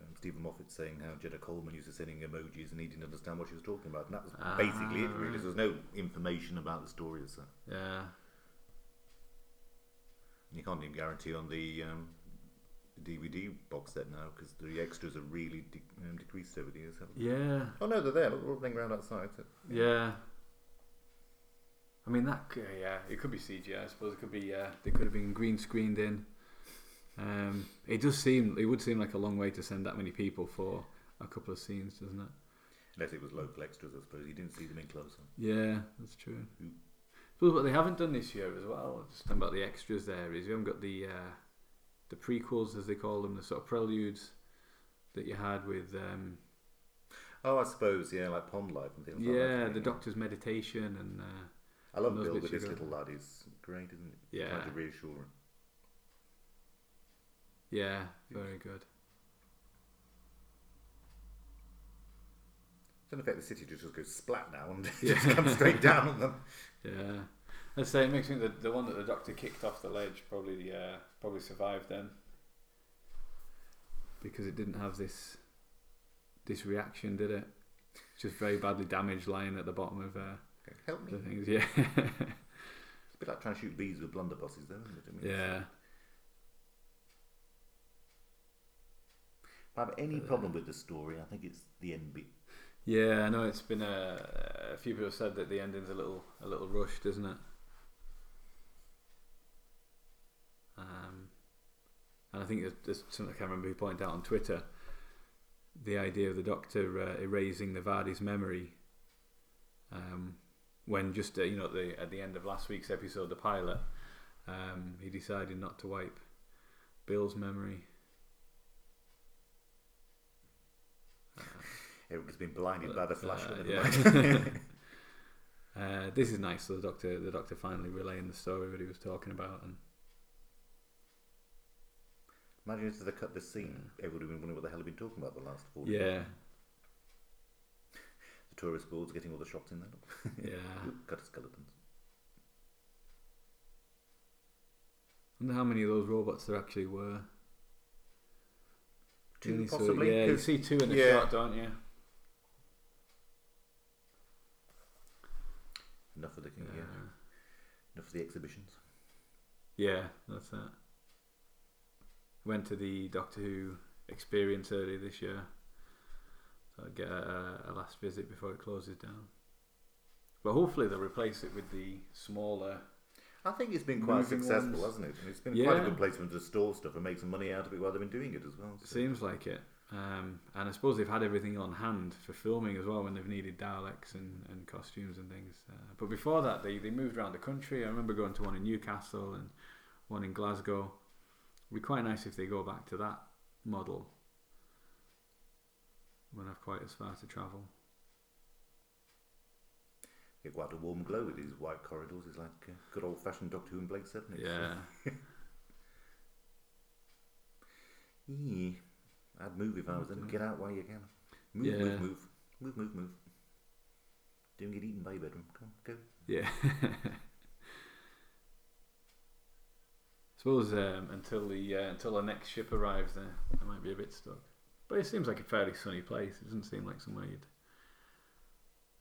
C: um, Stephen Moffat saying how Jenna Coleman used to sending emojis and he didn't understand what she was talking about, and that was
B: Ah,
C: basically it. Really,
B: right.
C: there's no information about the story as such.
B: yeah.
C: And You can't even guarantee on the um, DVD box set now because the extras are really de- um, decreased over the years. Haven't they?
B: Yeah.
C: Oh no, they're there. Look, they're all playing around outside. So.
B: Yeah. I mean that. c- Yeah, it could be CGI. I suppose it could be. Yeah, they could have been green screened in. Um, it does seem. It would seem like a long way to send that many people for a couple of scenes, doesn't it?
C: Unless it was local extras, I suppose. You didn't see them in close. up.
B: Yeah, that's true.
C: Mm.
B: But what they haven't done this year as well, just talking about the extras there, is you haven't got the uh, the prequels as they call them, the sort of preludes that you had with um,
C: Oh, I suppose, yeah, like Pond Life and things like that.
B: yeah,
C: you
B: the
C: know.
B: Doctor's meditation and uh,
C: I love
B: those
C: Bill
B: bits
C: with
B: you
C: this
B: got.
C: little lad. He's great, isn't it?
B: Yeah.
C: Trying to reassure him.
B: yeah, very good.
C: So in effect, the city just goes splat now and [LAUGHS]
B: Yeah.
C: just comes
B: [LAUGHS]
C: straight down on them.
B: Yeah, I say it makes me think the the one that the doctor kicked off the ledge probably uh, probably survived then because it didn't have this this reaction, did it? It's Just very badly damaged, lying at the bottom of uh,
C: Okay, Help me.
B: the things. Yeah,
C: It's a bit like trying to shoot bees with blunderbusses, though, isn't it? I mean,
B: yeah,
C: If I have any problem with the story, I think it's the end bit.
B: yeah. I know it's been a, a few people have said that the ending's a little a little rushed, isn't it? Um, and I think there's, there's something I can't remember who pointed out on Twitter. The idea of the Doctor uh, erasing Navadi's memory, um, when just uh, you know at the at the end of last week's episode, the pilot, um, he decided not to wipe Bill's memory.
C: Everyone's been blinded by the flash.
B: Uh,
C: of the light.
B: yeah. [LAUGHS] uh, this is nice. So the doctor, the doctor, finally relaying the story that he was talking about, and
C: [LAUGHS] Imagine if they cut this scene, everyone would have been wondering what the hell they've been talking about the last four days.
B: yeah,
C: The tourist board's getting all the shots in there. [LAUGHS] Look.
B: yeah.
C: Ooh, cut skeletons.
B: wonder how many of those robots there actually were.
C: Two,
B: Really, so,
C: possibly.
B: yeah, you
C: 'cause-
B: see two in the
C: yeah.
B: shot, don't you?
C: Enough of the
B: Yeah,
C: yeah. Enough of the exhibitions.
B: yeah, that's it. Went to the Doctor Who experience earlier this year, so I get a, a last visit before it closes down. But hopefully they'll replace it with the smaller
C: I think it's been quite
B: Moving
C: successful,
B: ones.
C: hasn't it? And it's been quite a
B: Yeah.
C: good place for them to store stuff and make some money out of it while they've been doing it as well. so-
B: Seems like it. Um, and I suppose they've had everything on hand for filming as well when they've needed Daleks and, and costumes and things. Uh, but before that, they, they moved around the country. I remember going to one in Newcastle and one in Glasgow. It'd be quite nice if they go back to that model. Won't have quite as far to travel.
C: Get quite a warm glow with these white corridors. It's like uh, good old fashioned Doctor Who and Blake Seven.
B: Yeah.
C: Eee. I'd move if I was them. Get out while you can. Move,
B: Yeah.
C: move, move. Move, move, move. Don't get eaten by your bedroom. Come, on, go.
B: Yeah. [LAUGHS] Suppose um, until the uh, until the next ship arrives, there I might be a bit stuck. But it seems like a fairly sunny place. It doesn't seem like somewhere you'd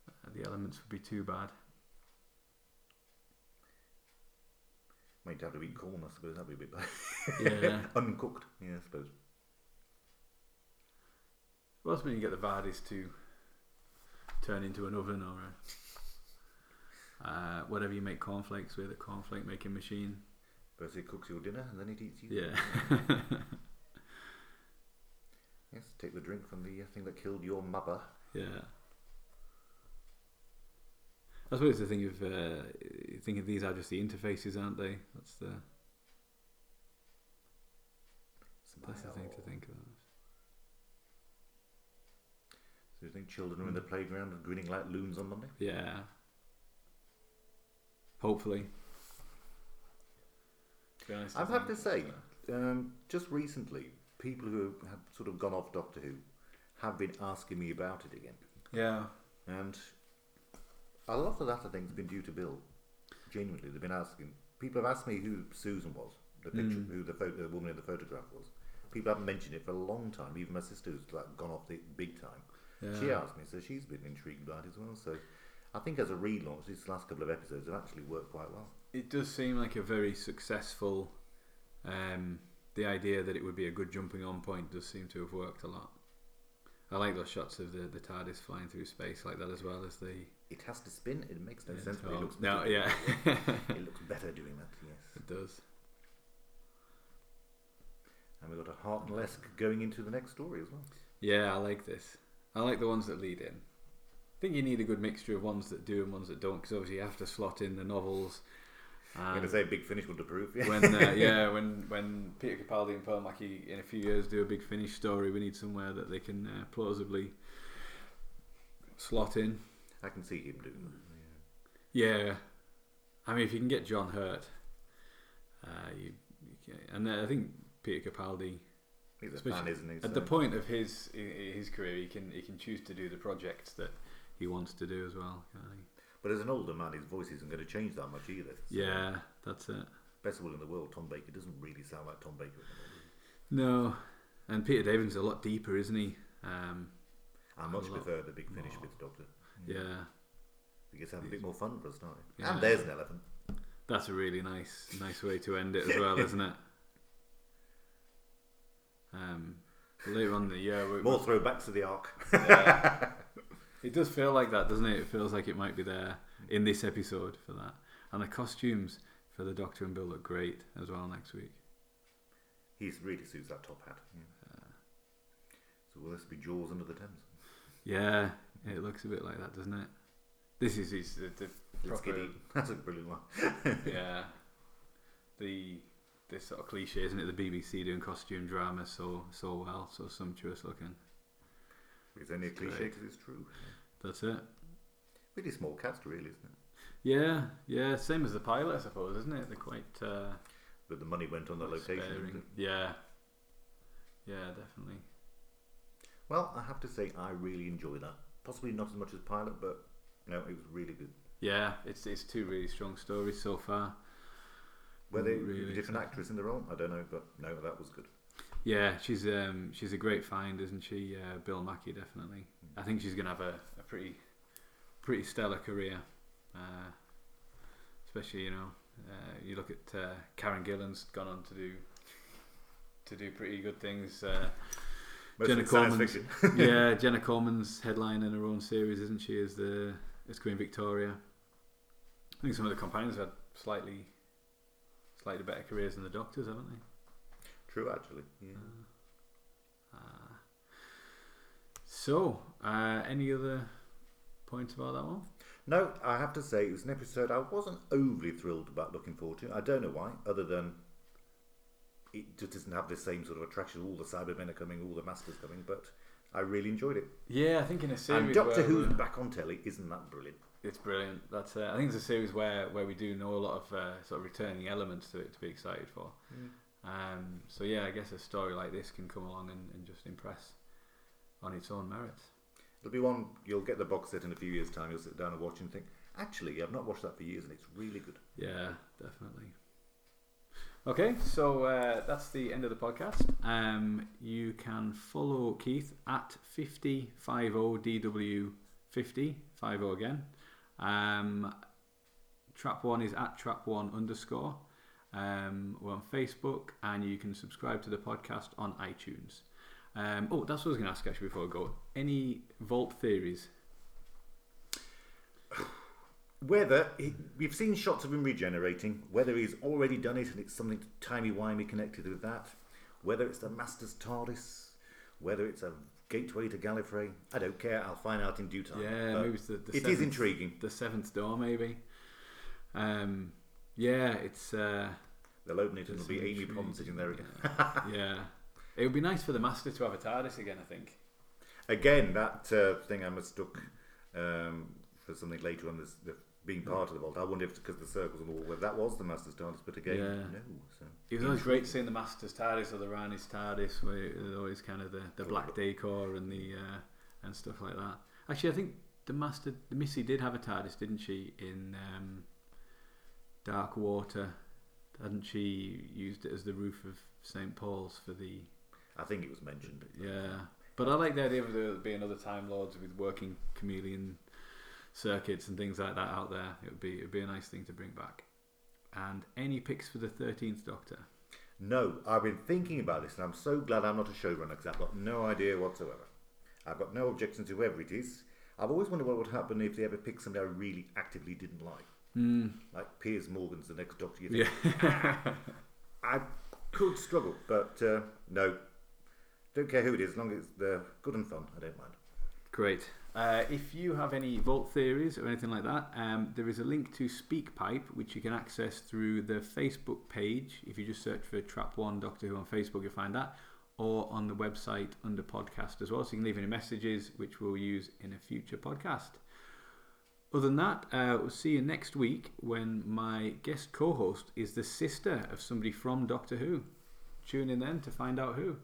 B: uh, the elements would be too bad.
C: I mean, you'd have to eat corn, I suppose. That'd be a bit bad.
B: Yeah.
C: [LAUGHS] Uncooked, yeah, I suppose.
B: Well, that's when you get the Vardis to turn into an oven or a, uh, whatever you make cornflakes with, a cornflake making machine.
C: First it cooks your dinner and then it eats you.
B: Yeah.
C: Yes, take the drink from the uh, thing that killed your mother.
B: yeah. I suppose the thing of uh, thinking these are just the interfaces, aren't they? That's the that's the thing to
C: Smile.
B: think about.
C: So you think children are in the playground and grinning like loons on Monday?
B: Yeah. Hopefully. To be honest,
C: I
B: think-
C: have to say, um, just recently, people who have sort of gone off Doctor Who have been asking me about it again.
B: Yeah.
C: And a lot of that, I think, has been due to Bill. Genuinely, they've been asking. People have asked me who Susan was, the picture,
B: Mm.
C: who the, photo, the woman in the photograph was. People haven't mentioned it for a long time. Even my sister, who's like gone off the big time, she
B: Yeah.
C: asked me, so she's been intrigued by it as well. So I think as a relaunch, these last couple of episodes have actually worked quite well.
B: It does seem like a very successful. Um, the idea that it would be a good jumping on point does seem to have worked a lot. I like those shots of the, the TARDIS flying through space like that as well as the.
C: It has to spin. It makes no
B: the
C: sense, but it
B: TARDIS.
C: looks
B: no, [LAUGHS] yeah,
C: it looks better doing that. Yes.
B: it does.
C: And we've got a Hartnellesk going into the next story as well.
B: Yeah, I like this. I like the ones that lead in. I think you need a good mixture of ones that do and ones that don't, because obviously you have to slot in the novels.
C: I'm going
B: And [LAUGHS]
C: to say big finish will approve. Yeah.
B: when uh, yeah, when when Peter Capaldi and Pearl Mackie in a few years do a big finish story, we need somewhere that they can uh, plausibly slot in.
C: I can see him doing that. Yeah.
B: Yeah, I mean if you can get John Hurt, uh, you, you can, and uh, I think Peter Capaldi
C: He's a
B: Especially
C: fan, isn't he?
B: at the point of his i- i- his career, he can he can choose to do the projects that he wants to do as well. can't he?
C: But as an older man, his voice isn't going to change that much either. So
B: Yeah, that's it.
C: Best of all in the world, Tom Baker doesn't really sound like Tom Baker. at the moment.
B: No, and Peter Davinson's a lot deeper, isn't he? Um,
C: I much
B: lot
C: prefer the big finish with the Doctor.
B: yeah.
C: He gets to have a bit more fun for a start.
B: Yeah.
C: And there's an elephant.
B: That's a really nice, nice way to end it as
C: [LAUGHS]
B: well, isn't it? Um, later on in the year, we-
C: More throwbacks to the Ark.
B: it does feel like that, doesn't it? It feels like it might be there in this episode for that, and the costumes for the Doctor and Bill look great as well next week.
C: he really suits that top hat. Yeah. So will this be Jaws under the Thames?
B: Yeah, it looks a bit like that, doesn't it? This is his the, the
C: Let's get
B: proper,
C: it. [LAUGHS] That's a brilliant one.
B: [LAUGHS] yeah, the this sort of cliche, isn't it? The BBC doing costume drama so so well, so sumptuous looking.
C: It's only a cliche
B: great.
C: because it's true.
B: That's it.
C: Really small cast, really, isn't it?
B: Yeah, yeah, same as the pilot, I suppose, isn't it? They're quite uh,
C: But the money went on the location. didn't
B: sparing.
C: it?
B: Yeah, yeah, definitely.
C: Well, I have to say, I really enjoyed that. Possibly not as much as Pilot, but you know, it was really good.
B: Yeah, it's it's two really strong stories so far.
C: Were they
B: Really
C: a different actress in the role? I don't know, but no, that was good.
B: Yeah, she's um she's a great find, isn't she? Uh, Bill Mackey, definitely. I think she's gonna have a, a pretty pretty stellar career, uh, especially you know uh, you look at uh, Karen Gillan's gone on to do to do pretty good things. Uh,
C: Mostly
B: Jenna
C: science
B: Coleman's-
C: fiction. [LAUGHS]
B: yeah, Jenna Coleman's headline in her own series, isn't she? As the as Queen Victoria. I think some of the companions had slightly slightly better careers than the Doctors, haven't they?
C: True, actually. Yeah.
B: Mm. Uh, so, uh, any other points about that one?
C: No, I have to say, it was an episode I wasn't overly thrilled about looking forward to. I don't know why, other than it just doesn't have the same sort of attraction. All the Cybermen are coming, all the Masters coming, but I really enjoyed it.
B: Yeah, I think in a series
C: and Doctor
B: where
C: Who's
B: we're-
C: back on telly, isn't that brilliant?
B: it's brilliant. That's uh, I think it's a series where where we do know a lot of uh, sort of returning elements to it to be excited for. Um, so yeah, I guess a story like this can come along and, and just impress on its own merits.
C: There'll be one you'll get the box set in a few years' time. You'll sit down and watch and think, actually, I've not watched that for years, and it's really good.
B: Yeah, definitely. Okay, so uh, that's the end of the podcast. Um, you can follow Keith at 5050DW50, 50 again. Um, trap1 is at trap1 underscore. Um, we're on Facebook, and you can subscribe to the podcast on iTunes. Um, oh, that's what I was going to ask actually before I go. Any vault theories?
C: Whether he, we've seen shots of him regenerating, whether he's already done it and it's something timey wimey connected with that, whether it's the Master's TARDIS, whether it's a gateway to Gallifrey, I don't care. I'll find out in due time.
B: Yeah,
C: But
B: maybe it's the, the
C: it is
B: seventh-
C: intriguing.
B: The seventh door, maybe. Um, yeah, it's uh,
C: They'll open it and it'll be
B: It's
C: Amy Pond sitting there again.
B: yeah. It would be nice for the master to have a TARDIS again. I think.
C: Again, that uh, thing I mistook um, for something later on this, the, being part of the vault. I wonder if because the circles on the wall whether that was the Master's TARDIS, but again,
B: Yeah.
C: no. So
B: It was always great seeing the Masters TARDIS or the Rani's TARDIS, where it was always kind of the, the black decor and the uh, and stuff like that. Actually, I think the Master the Missy did have a TARDIS, didn't she? In um, Dark Water, hadn't she used it as the roof of St Paul's for the
C: I think it was mentioned.
B: yeah? But I like the idea of there being other Time Lords with working chameleon circuits and things like that out there. It would be it would be a nice thing to bring back. And any picks for the Thirteenth Doctor?
C: No, I've been thinking about this, and I'm so glad I'm not a showrunner because I've got no idea whatsoever. I've got no objections to whoever it is. I've always wondered what would happen if they ever picked somebody I really actively didn't like, like Piers Morgan's the next Doctor. You think I could struggle, but uh, no, don't care who it is, as long as it's uh, good and fun. I don't mind.
B: Great. Uh, if you have any vault theories or anything like that, um, there is a link to SpeakPipe, which you can access through the Facebook page. If you just search for Trap One Doctor Who on Facebook, you'll find that, or on the website under podcast as well. So you can leave any messages, which we'll use in a future podcast. Other than that, uh, we'll see you next week when my guest co host is the sister of somebody from Doctor Who. Tune in then to find out who.